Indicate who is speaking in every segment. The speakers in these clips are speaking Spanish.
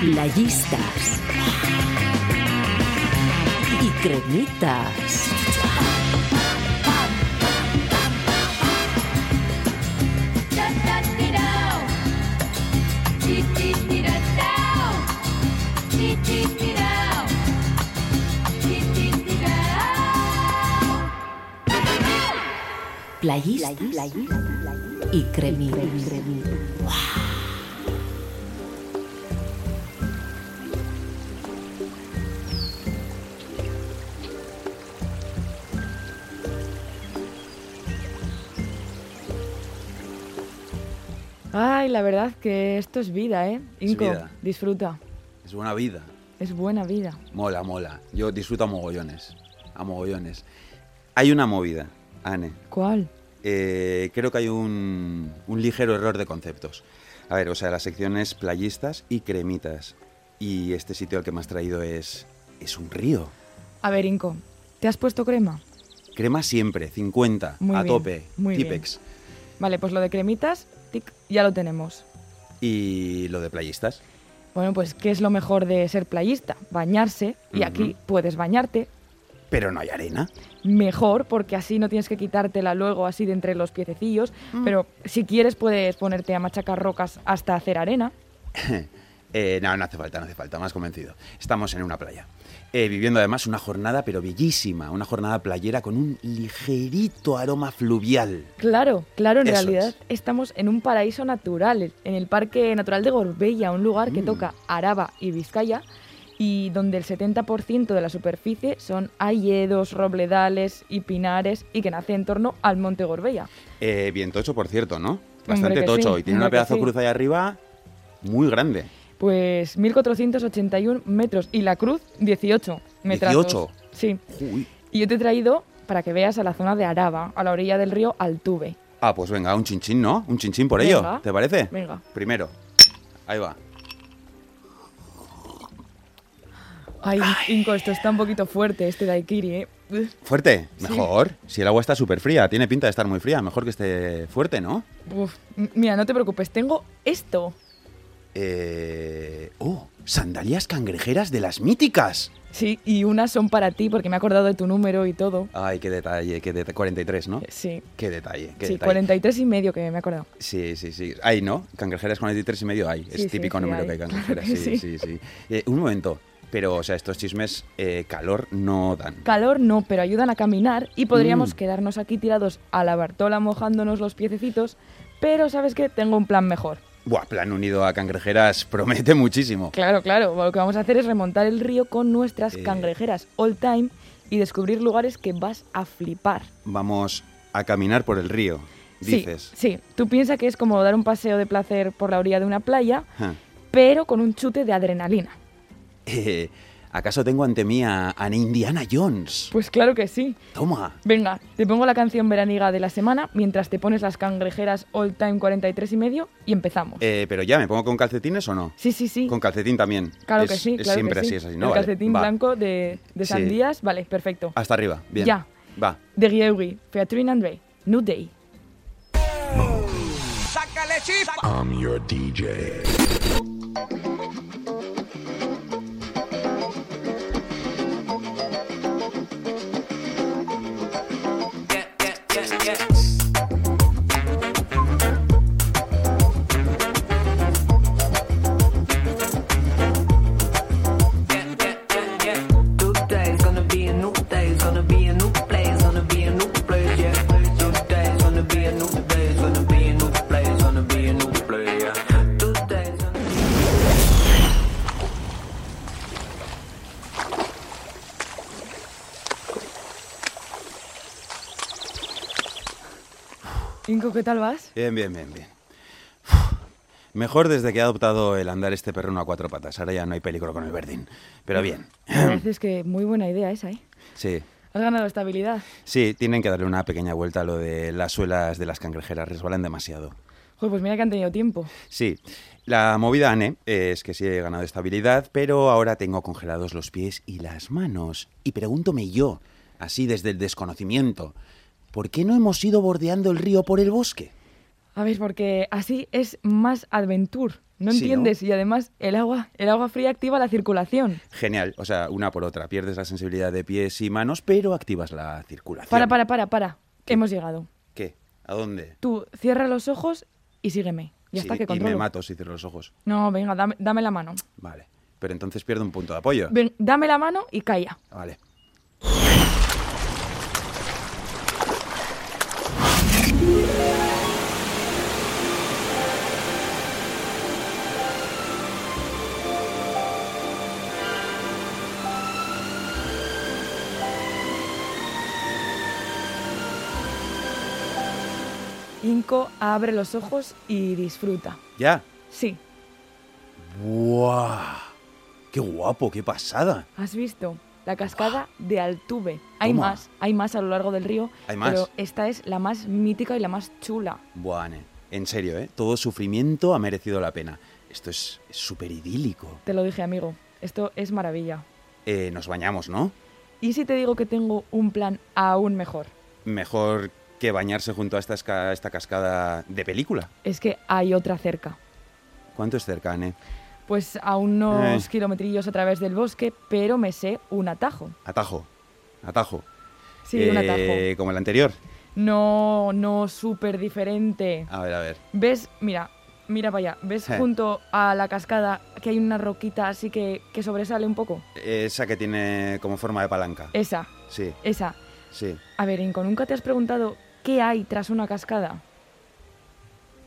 Speaker 1: Playistas. Y cremitas. Playistas. Y cremitas.
Speaker 2: Ay, la verdad que esto es vida, ¿eh?
Speaker 3: Es
Speaker 2: Inco,
Speaker 3: vida.
Speaker 2: disfruta.
Speaker 3: Es buena vida.
Speaker 2: Es buena vida.
Speaker 3: Mola, mola. Yo disfruto a mogollones. A mogollones. Hay una movida, Anne.
Speaker 2: ¿Cuál?
Speaker 3: Eh, creo que hay un, un ligero error de conceptos. A ver, o sea, la sección es playistas y cremitas. Y este sitio al que me has traído es. es un río.
Speaker 2: A ver, Inco, ¿te has puesto crema?
Speaker 3: Crema siempre, 50,
Speaker 2: Muy
Speaker 3: a
Speaker 2: bien,
Speaker 3: tope,
Speaker 2: muy bien.
Speaker 3: Tipex.
Speaker 2: Vale, pues lo de cremitas, tic, ya lo tenemos.
Speaker 3: Y lo de playistas.
Speaker 2: Bueno, pues, ¿qué es lo mejor de ser playista? Bañarse, y
Speaker 3: Ujú.
Speaker 2: aquí puedes bañarte.
Speaker 3: Pero no hay arena.
Speaker 2: Mejor, porque así no tienes que quitártela luego así de entre los piececillos. Pero si quieres, puedes ponerte a machacar rocas hasta hacer arena.
Speaker 3: Eh, no, no hace falta, no hace falta, más convencido. Estamos en una playa. Eh, viviendo además una jornada, pero bellísima, una jornada playera con un ligerito aroma fluvial.
Speaker 2: Claro, claro, en
Speaker 3: Eso
Speaker 2: realidad estamos en un paraíso natural, en el Parque Natural de Gorbella, un lugar que
Speaker 3: Mm.
Speaker 2: toca Araba y Vizcaya y donde el 70% de la superficie son hayedos, robledales y pinares y que nace en torno al Monte Gorbella.
Speaker 3: Eh, bien tocho, por cierto, ¿no? Bastante
Speaker 2: que
Speaker 3: tocho.
Speaker 2: sí,
Speaker 3: y tiene una
Speaker 2: hombre que
Speaker 3: pedazo de
Speaker 2: sí.
Speaker 3: cruz ahí arriba muy grande.
Speaker 2: Pues 1481 metros y la cruz 18 metros.
Speaker 3: 18.
Speaker 2: Sí.
Speaker 3: Uy.
Speaker 2: Y yo te he traído para que veas a la zona de Araba, a la orilla del río Altuve.
Speaker 3: Ah, pues venga, un chinchín, ¿no? Un chinchín por ello,
Speaker 2: Venga.
Speaker 3: ¿te parece?
Speaker 2: Venga.
Speaker 3: Primero. Ahí va.
Speaker 2: Ay, Inco, esto está un poquito fuerte, este daiquiri, ¿eh? Uf.
Speaker 3: Fuerte,
Speaker 2: Sí.
Speaker 3: mejor. Si el agua está súper fría, tiene pinta de estar muy fría, mejor que esté fuerte, ¿no?
Speaker 2: Uf, m- mira, no te preocupes, tengo esto.
Speaker 3: Eh... Oh, sandalias cangrejeras de las míticas.
Speaker 2: Sí, y unas son para ti porque me he acordado de tu número y todo. Eh,
Speaker 3: Ay, qué detalle, qué detalle. 43, ¿no?
Speaker 2: Sí,
Speaker 3: Qué detalle, qué
Speaker 2: sí,
Speaker 3: detalle.
Speaker 2: 43 y medio que me he acordado.
Speaker 3: Sí, sí, sí. Hay, ¿no? Cangrejeras 43 y medio hay.
Speaker 2: Sí, sí,
Speaker 3: es típico
Speaker 2: sí
Speaker 3: número
Speaker 2: hay,
Speaker 3: que hay
Speaker 2: claro
Speaker 3: cangrejeras.
Speaker 2: que
Speaker 3: sí,
Speaker 2: sí.
Speaker 3: sí, sí. Eh, un momento. Pero, o sea, estos chismes eh, calor no dan.
Speaker 2: Calor no, pero ayudan a caminar y podríamos
Speaker 3: Mm.
Speaker 2: quedarnos aquí tirados a la bartola mojándonos los piececitos, pero sabes qué, tengo un plan mejor.
Speaker 3: Buah, plan unido a cangrejeras promete muchísimo.
Speaker 2: Claro, claro, lo que vamos a hacer es remontar el río con nuestras
Speaker 3: Eh.
Speaker 2: cangrejeras all time y descubrir lugares que vas a flipar.
Speaker 3: Vamos a caminar por el río,
Speaker 2: Sí,
Speaker 3: dices.
Speaker 2: Sí, tú piensas que es como dar un paseo de placer por la orilla de una playa,
Speaker 3: Ja.
Speaker 2: pero con un chute de adrenalina.
Speaker 3: Eh, ¿Acaso tengo ante mí a, a Indiana Jones?
Speaker 2: Pues claro que sí.
Speaker 3: Toma.
Speaker 2: Venga, te pongo la canción veraniga de la semana mientras te pones las cangrejeras All Time 43 y medio y empezamos.
Speaker 3: Eh, pero ya, ¿me pongo con calcetines o no?
Speaker 2: sí, sí, sí.
Speaker 3: Con calcetín también.
Speaker 2: Claro
Speaker 3: Es-
Speaker 2: que sí,
Speaker 3: es
Speaker 2: claro
Speaker 3: siempre
Speaker 2: que sí.
Speaker 3: así, es así, ¿no?
Speaker 2: El
Speaker 3: Vale,
Speaker 2: calcetín
Speaker 3: va.
Speaker 2: blanco de, de
Speaker 3: Sí. Ah.
Speaker 2: sandías, vale, perfecto.
Speaker 3: Hasta arriba, bien.
Speaker 2: Ya.
Speaker 3: Va.
Speaker 2: De Gieugi, Featuring Andre, New Day.
Speaker 4: I'm your DJ.
Speaker 5: Today's gonna be a new day, it's gonna be a new place, gonna be a new place, yeah. Today's gonna be a new day, it's gonna be a new place, gonna be a new place, yeah. Today's gonna be
Speaker 2: Inco, ¿qué tal vas?
Speaker 3: Bien, bien, bien, bien. Uf, Mejor desde que he adoptado el andar este perro a cuatro patas. Ahora ya no hay peligro con el verdín. Pero bien.
Speaker 2: La verdad es que muy buena idea esa, ¿eh?
Speaker 3: Sí.
Speaker 2: Has ganado estabilidad.
Speaker 3: Sí, tienen que darle una pequeña vuelta a lo de las suelas de las cangrejeras. Resbalan demasiado.
Speaker 2: Joder, pues mira que han tenido tiempo.
Speaker 3: Sí. La movida, Ane, es que sí he ganado estabilidad, pero ahora tengo congelados los pies y las manos. Y pregúntome yo, así desde el desconocimiento, ¿por qué no hemos ido bordeando el río por el bosque?
Speaker 2: A ver, porque así es más adventure. ¿No
Speaker 3: Sí, ¿no?
Speaker 2: entiendes? Y además el agua, el agua fría activa la circulación.
Speaker 3: Genial, o sea, una por otra. Pierdes la sensibilidad de pies y manos, pero activas la circulación.
Speaker 2: Para, para, para, para. Hemos llegado.
Speaker 3: ¿Qué? ¿A dónde?
Speaker 2: Tú cierra los ojos y sígueme. Ya
Speaker 3: Sí,
Speaker 2: está, que
Speaker 3: y me
Speaker 2: controlo.
Speaker 3: mato si cierro los ojos.
Speaker 2: No, venga, dame, dame la mano.
Speaker 3: Vale. Pero entonces pierdo un punto de apoyo.
Speaker 2: Ven, dame la mano y calla.
Speaker 3: Vale.
Speaker 2: Inco, abre los ojos y disfruta.
Speaker 3: Ya.
Speaker 2: Sí,
Speaker 3: ¡Buah! ¡Qué guapo! ¡Qué pasada!
Speaker 2: has visto la cascada de Altuve. Hay
Speaker 3: Toma.
Speaker 2: más, hay más a lo largo del río.
Speaker 3: Hay más.
Speaker 2: Pero esta es la más mítica y la más chula.
Speaker 3: Buane. En serio, ¿eh? Todo sufrimiento ha merecido la pena. Esto es es súper idílico.
Speaker 2: Te lo dije, amigo. Esto es maravilla.
Speaker 3: Eh, nos bañamos, ¿no?
Speaker 2: ¿Y si te digo que tengo un plan aún mejor?
Speaker 3: Mejor que bañarse junto a esta, esca- esta cascada de película.
Speaker 2: Es que hay otra cerca.
Speaker 3: ¿Cuánto es cerca, Ane?
Speaker 2: Pues a unos
Speaker 3: Eh.
Speaker 2: kilometrillos a través del bosque, pero me sé un atajo.
Speaker 3: Atajo. Atajo.
Speaker 2: Sí, un
Speaker 3: Eh,
Speaker 2: atajo.
Speaker 3: Como el anterior.
Speaker 2: No, no, súper diferente.
Speaker 3: A ver, a ver.
Speaker 2: ¿Ves? Mira, mira para allá. ¿Ves
Speaker 3: Eh.
Speaker 2: junto a la cascada que hay una roquita así que, que sobresale un poco?
Speaker 3: Esa que tiene como forma de palanca.
Speaker 2: Esa,
Speaker 3: Sí,
Speaker 2: esa.
Speaker 3: sí.
Speaker 2: A ver, Inco, ¿nunca te has preguntado qué hay tras una cascada?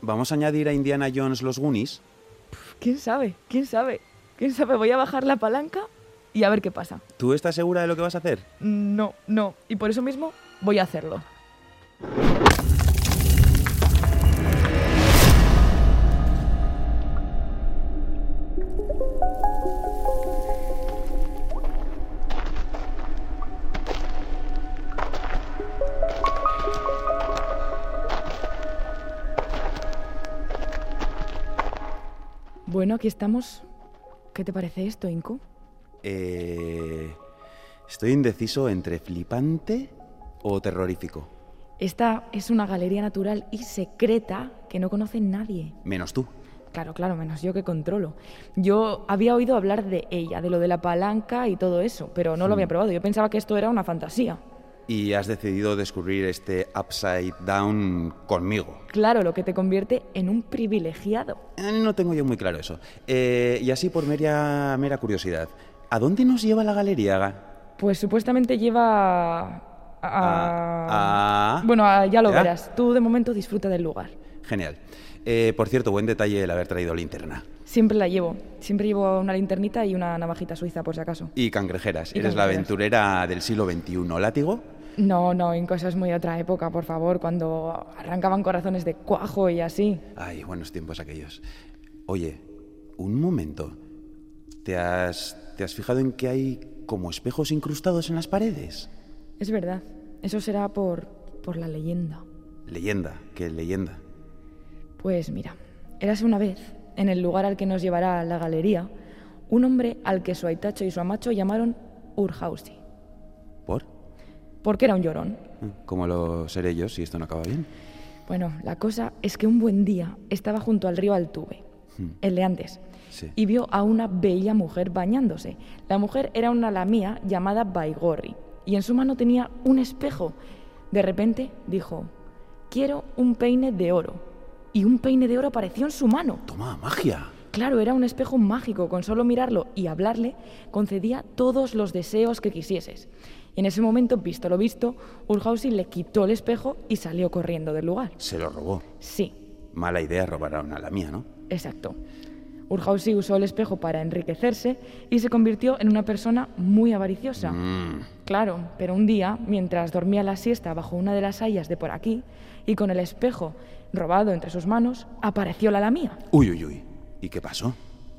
Speaker 3: ¿Vamos a añadir a Indiana Jones los Goonies?
Speaker 2: Pf, ¿Quién sabe? ¿Quién sabe? ¿Quién sabe? Voy a bajar la palanca y a ver qué pasa.
Speaker 3: ¿Tú estás segura de lo que vas a hacer?
Speaker 2: No, no. Y por eso mismo voy a hacerlo. Bueno, aquí estamos. ¿Qué te parece esto, Inco?
Speaker 3: Eh, estoy indeciso entre flipante o terrorífico.
Speaker 2: Esta es una galería natural y secreta que no conoce nadie.
Speaker 3: Menos tú.
Speaker 2: Claro, claro, menos yo que controlo. Yo había oído hablar de ella, de lo de la palanca y todo eso, pero no lo había probado. Yo pensaba que esto era una fantasía.
Speaker 3: Y has decidido descubrir este Upside Down conmigo.
Speaker 2: Claro, lo que te convierte en un privilegiado.
Speaker 3: Eh, No tengo yo muy claro eso. Eh, y así por mera, mera curiosidad. ¿A dónde nos lleva la galería? Ga?
Speaker 2: Pues supuestamente lleva a...
Speaker 3: A- a-
Speaker 2: Bueno, a- ya lo
Speaker 3: ¿Ya?
Speaker 2: verás. Tú de momento disfruta del lugar.
Speaker 3: Genial. Eh, por cierto, buen detalle el haber traído linterna.
Speaker 2: Siempre la llevo. Siempre llevo una linternita y una navajita suiza, por si acaso.
Speaker 3: Y cangrejeras.
Speaker 2: Y
Speaker 3: Eres la
Speaker 2: cangrejeras.
Speaker 3: aventurera del siglo XXI. ¿Látigo?
Speaker 2: No, no, en cosas muy de otra época, por favor, cuando arrancaban corazones de cuajo y así.
Speaker 3: Ay, buenos tiempos aquellos. Oye, un momento. ¿Te has, ¿Te has fijado en que hay como espejos incrustados en las paredes?
Speaker 2: Es verdad, eso será por, por la leyenda.
Speaker 3: Leyenda, qué leyenda.
Speaker 2: Pues mira, érase una vez, en el lugar al que nos llevará la galería, un hombre al que su aitacho y su amacho llamaron Urhausi,
Speaker 3: ¿Por?
Speaker 2: porque era un llorón.
Speaker 3: ¿Cómo lo seré yo si esto no acaba bien?
Speaker 2: Bueno, la cosa es que un buen día estaba junto al río Altuve,
Speaker 3: Hmm.
Speaker 2: el de antes,
Speaker 3: Sí.
Speaker 2: y vio a una bella mujer bañándose. La mujer era una lamía llamada Baigorri, y en su mano tenía un espejo. De repente dijo, quiero un peine de oro. Y un peine de oro apareció en su mano.
Speaker 3: Toma, magia.
Speaker 2: Claro, era un espejo mágico, con solo mirarlo y hablarle concedía todos los deseos que quisieses. En ese momento, visto lo visto, Urhausi le quitó el espejo y salió corriendo del lugar.
Speaker 3: Se lo robó.
Speaker 2: Sí,
Speaker 3: Mala idea robar a una la mía, ¿no?
Speaker 2: exacto. Urhausi usó el espejo para enriquecerse y se convirtió en una persona muy avariciosa.
Speaker 3: Mm,
Speaker 2: Claro, pero un día, mientras dormía la siesta bajo una de las hayas de por aquí y con el espejo robado entre sus manos, apareció la lamía.
Speaker 3: Uy, uy, uy. ¿Y qué pasó?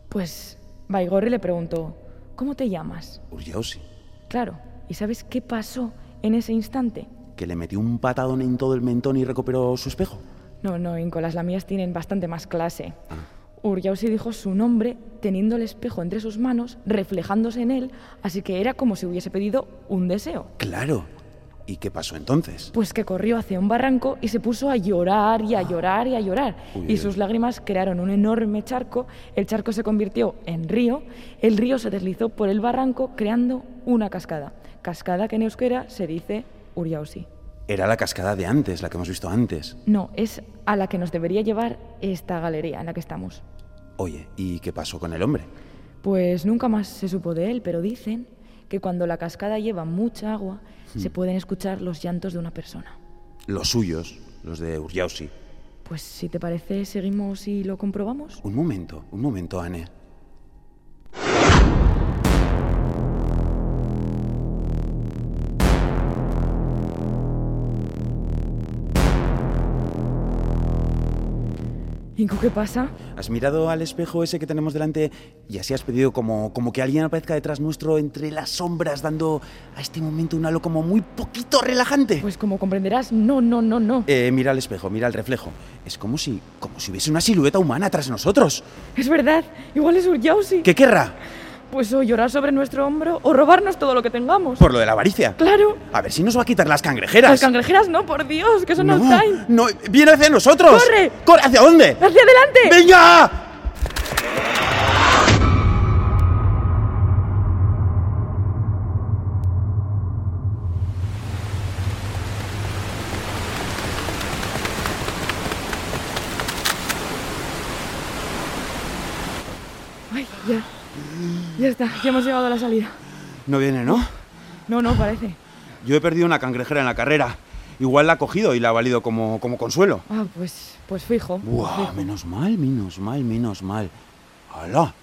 Speaker 2: Pues Baigorri le preguntó, ¿cómo te llamas?
Speaker 3: Urjausi,
Speaker 2: Claro, ¿y sabes qué pasó en ese instante?
Speaker 3: que le metió un patadón en todo el mentón y recuperó su espejo.
Speaker 2: No, no, Inco, las lamías tienen bastante más clase.
Speaker 3: Ah.
Speaker 2: Urjausi dijo su nombre teniendo el espejo entre sus manos, reflejándose en él, así que era como si hubiese pedido un deseo.
Speaker 3: Claro. ¿Y qué pasó entonces?
Speaker 2: Pues que corrió hacia un barranco y se puso a llorar y a llorar y a llorar.
Speaker 3: Ah. Uy, uy.
Speaker 2: Y sus lágrimas crearon un enorme charco, el charco se convirtió en río, el río se deslizó por el barranco creando una cascada. Cascada que en euskera se dice Uriausi.
Speaker 3: Era la cascada de antes, la que hemos visto antes.
Speaker 2: No, es a la que nos debería llevar esta galería en la que estamos.
Speaker 3: Oye, ¿y qué pasó con el hombre?
Speaker 2: Pues nunca más se supo de él, pero dicen que cuando la cascada lleva mucha agua,
Speaker 3: Hmm.
Speaker 2: se pueden escuchar los llantos de una persona.
Speaker 3: Los suyos, los de Urjausi.
Speaker 2: Pues si te parece, seguimos y lo comprobamos.
Speaker 3: Un momento, un momento, Anne.
Speaker 2: Inco, ¿qué pasa?
Speaker 3: Has mirado al espejo ese que tenemos delante y así has pedido como, como que alguien aparezca detrás nuestro entre las sombras, dando a este momento un halo como muy poquito relajante.
Speaker 2: Pues como comprenderás, no, no, no, no.
Speaker 3: Eh, mira al espejo, mira el reflejo. Es como si, como si hubiese una silueta humana tras nosotros.
Speaker 2: Es verdad, igual es Urjausi.
Speaker 3: ¿Qué querrá?
Speaker 2: Pues o llorar sobre nuestro hombro o robarnos todo lo que tengamos.
Speaker 3: Por lo de la avaricia.
Speaker 2: Claro.
Speaker 3: A ver si nos va a quitar las cangrejeras.
Speaker 2: Las cangrejeras no, por Dios, que son
Speaker 3: no,
Speaker 2: all time.
Speaker 3: no, viene hacia nosotros.
Speaker 2: ¡Corre!
Speaker 3: ¡Corre! ¿Hacia dónde?
Speaker 2: ¡Hacia adelante!
Speaker 3: ¡Venga!
Speaker 2: Ay, ya. Ya está, ya hemos llegado a la salida.
Speaker 3: No viene, ¿no?
Speaker 2: No, no, parece.
Speaker 3: Yo he perdido una cangrejera en la carrera. Igual la ha cogido y la ha valido como, como consuelo.
Speaker 2: Ah, pues, pues fijo.
Speaker 3: Buah,
Speaker 2: fijo.
Speaker 3: menos mal, menos mal, menos mal. ¡Hala!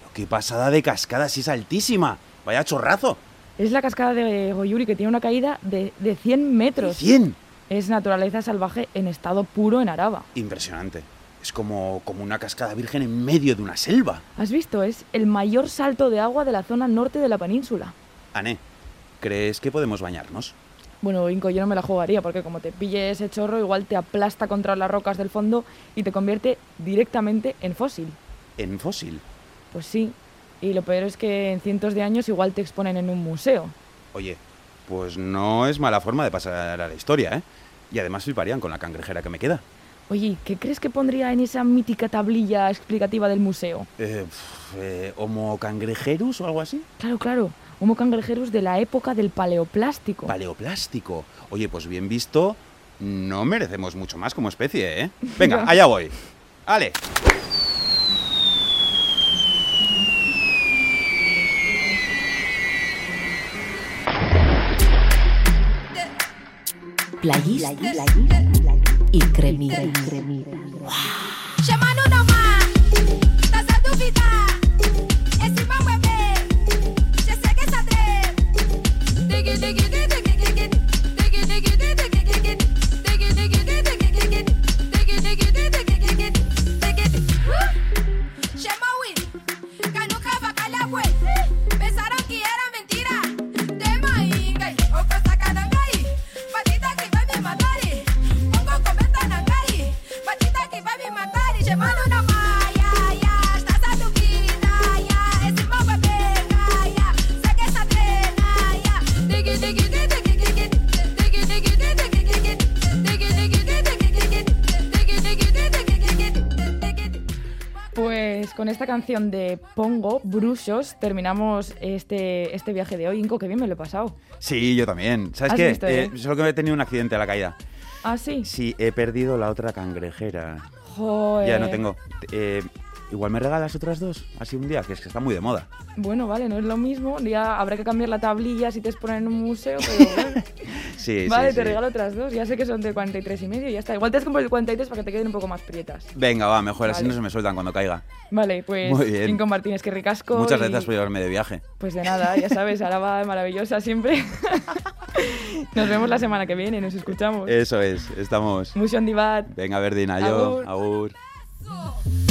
Speaker 3: Pero qué pasada de cascada, si es altísima. Vaya chorrazo.
Speaker 2: Es la cascada de Goyuri que tiene una caída de, de 100 metros.
Speaker 3: 100.
Speaker 2: Es naturaleza salvaje en estado puro en Araba.
Speaker 3: Impresionante. Es como, como una cascada virgen en medio de una selva.
Speaker 2: ¿Has visto? Es el mayor salto de agua de la zona norte de la península.
Speaker 3: Ané, ¿crees que podemos bañarnos?
Speaker 2: Bueno, Inco, yo no me la jugaría porque como te pille ese chorro, igual te aplasta contra las rocas del fondo y te convierte directamente en fósil.
Speaker 3: En fósil.
Speaker 2: Pues sí. Y lo peor es que en cientos de años igual te exponen en un museo.
Speaker 3: Oye, pues no es mala forma de pasar a la historia, ¿eh? Y además fliparían con la cangrejera que me queda.
Speaker 2: Oye, ¿qué crees que pondría en esa mítica tablilla explicativa del museo?
Speaker 3: Eh, pf, eh, ¿Homo cangrejerus o algo así?
Speaker 2: Claro, claro. Homo cangrejeros de la época del
Speaker 3: Oh.
Speaker 2: paleoplástico.
Speaker 3: Paleoplástico. Oye, pues bien visto, no merecemos mucho más como especie, ¿eh? Venga, allá voy. Ale.
Speaker 1: Playista y cremita.
Speaker 6: Chamando na mar, tá sem duvidar. Esse pau é bem, já sei que é sadre. Dig, dig, dig, dig, dig, dig. Dig, dig, dig, dig, dig, dig. Dig, dig, dig, dig, dig, dig. Dig, dig, dig, dig, dig, dig. Dig. Uh! Chama o Will, que nunca vai calhar, ué. Pensaram que era mentira. Tem mainga, o coisa canangai. Batida que vai me matar. Pongo cometa nangai. Batida que vai me matar. Chamando na maia, ya. Está a duvida, ya. Esse mal vai pegar, ya. Segue essa trena, ya. Dig, dig, dig, dig, dig, dig. Dig, dig, dig, dig, dig, dig. Dig, dig, dig, dig, dig, dig. Dig, dig, dig, dig, dig, dig. Dig, dig.
Speaker 2: Pues con esta canción de Pongo, Brusos, terminamos este, este viaje de hoy. Inco, qué bien me lo he pasado.
Speaker 3: Sí, yo también. ¿Sabes
Speaker 2: ¿Has
Speaker 3: qué?
Speaker 2: visto, eh?
Speaker 3: solo que he tenido un accidente a la caída.
Speaker 2: Ah, sí.
Speaker 3: Sí, he perdido la otra cangrejera.
Speaker 2: Joder.
Speaker 3: Ya no tengo. Eh, igual me regalas otras dos, así un día, que es que está muy de moda.
Speaker 2: Bueno, vale, no es lo mismo. Ya habrá que cambiar la tablilla si te exponen en un museo, pero bueno.
Speaker 3: Sí, sí,
Speaker 2: vale,
Speaker 3: sí.
Speaker 2: te regalo otras dos. Ya sé que son de 43 y medio, ya está. Igual te has comprado el 43 para que te queden un poco más prietas.
Speaker 3: Venga, va, mejor, así
Speaker 2: Vale.
Speaker 3: no se me sueltan cuando caiga.
Speaker 2: Vale, pues
Speaker 3: Muy bien.
Speaker 2: Inco Martínez, que ricasco.
Speaker 3: Muchas
Speaker 2: y-
Speaker 3: gracias por llevarme de viaje.
Speaker 2: Pues de nada, ya sabes, Araba maravillosa siempre. nos vemos la semana que viene, nos escuchamos.
Speaker 3: Eso es, estamos.
Speaker 2: Mucho en divat.
Speaker 3: Venga, Verdina, yo.
Speaker 2: Agur.
Speaker 3: Agur.
Speaker 6: abrazo.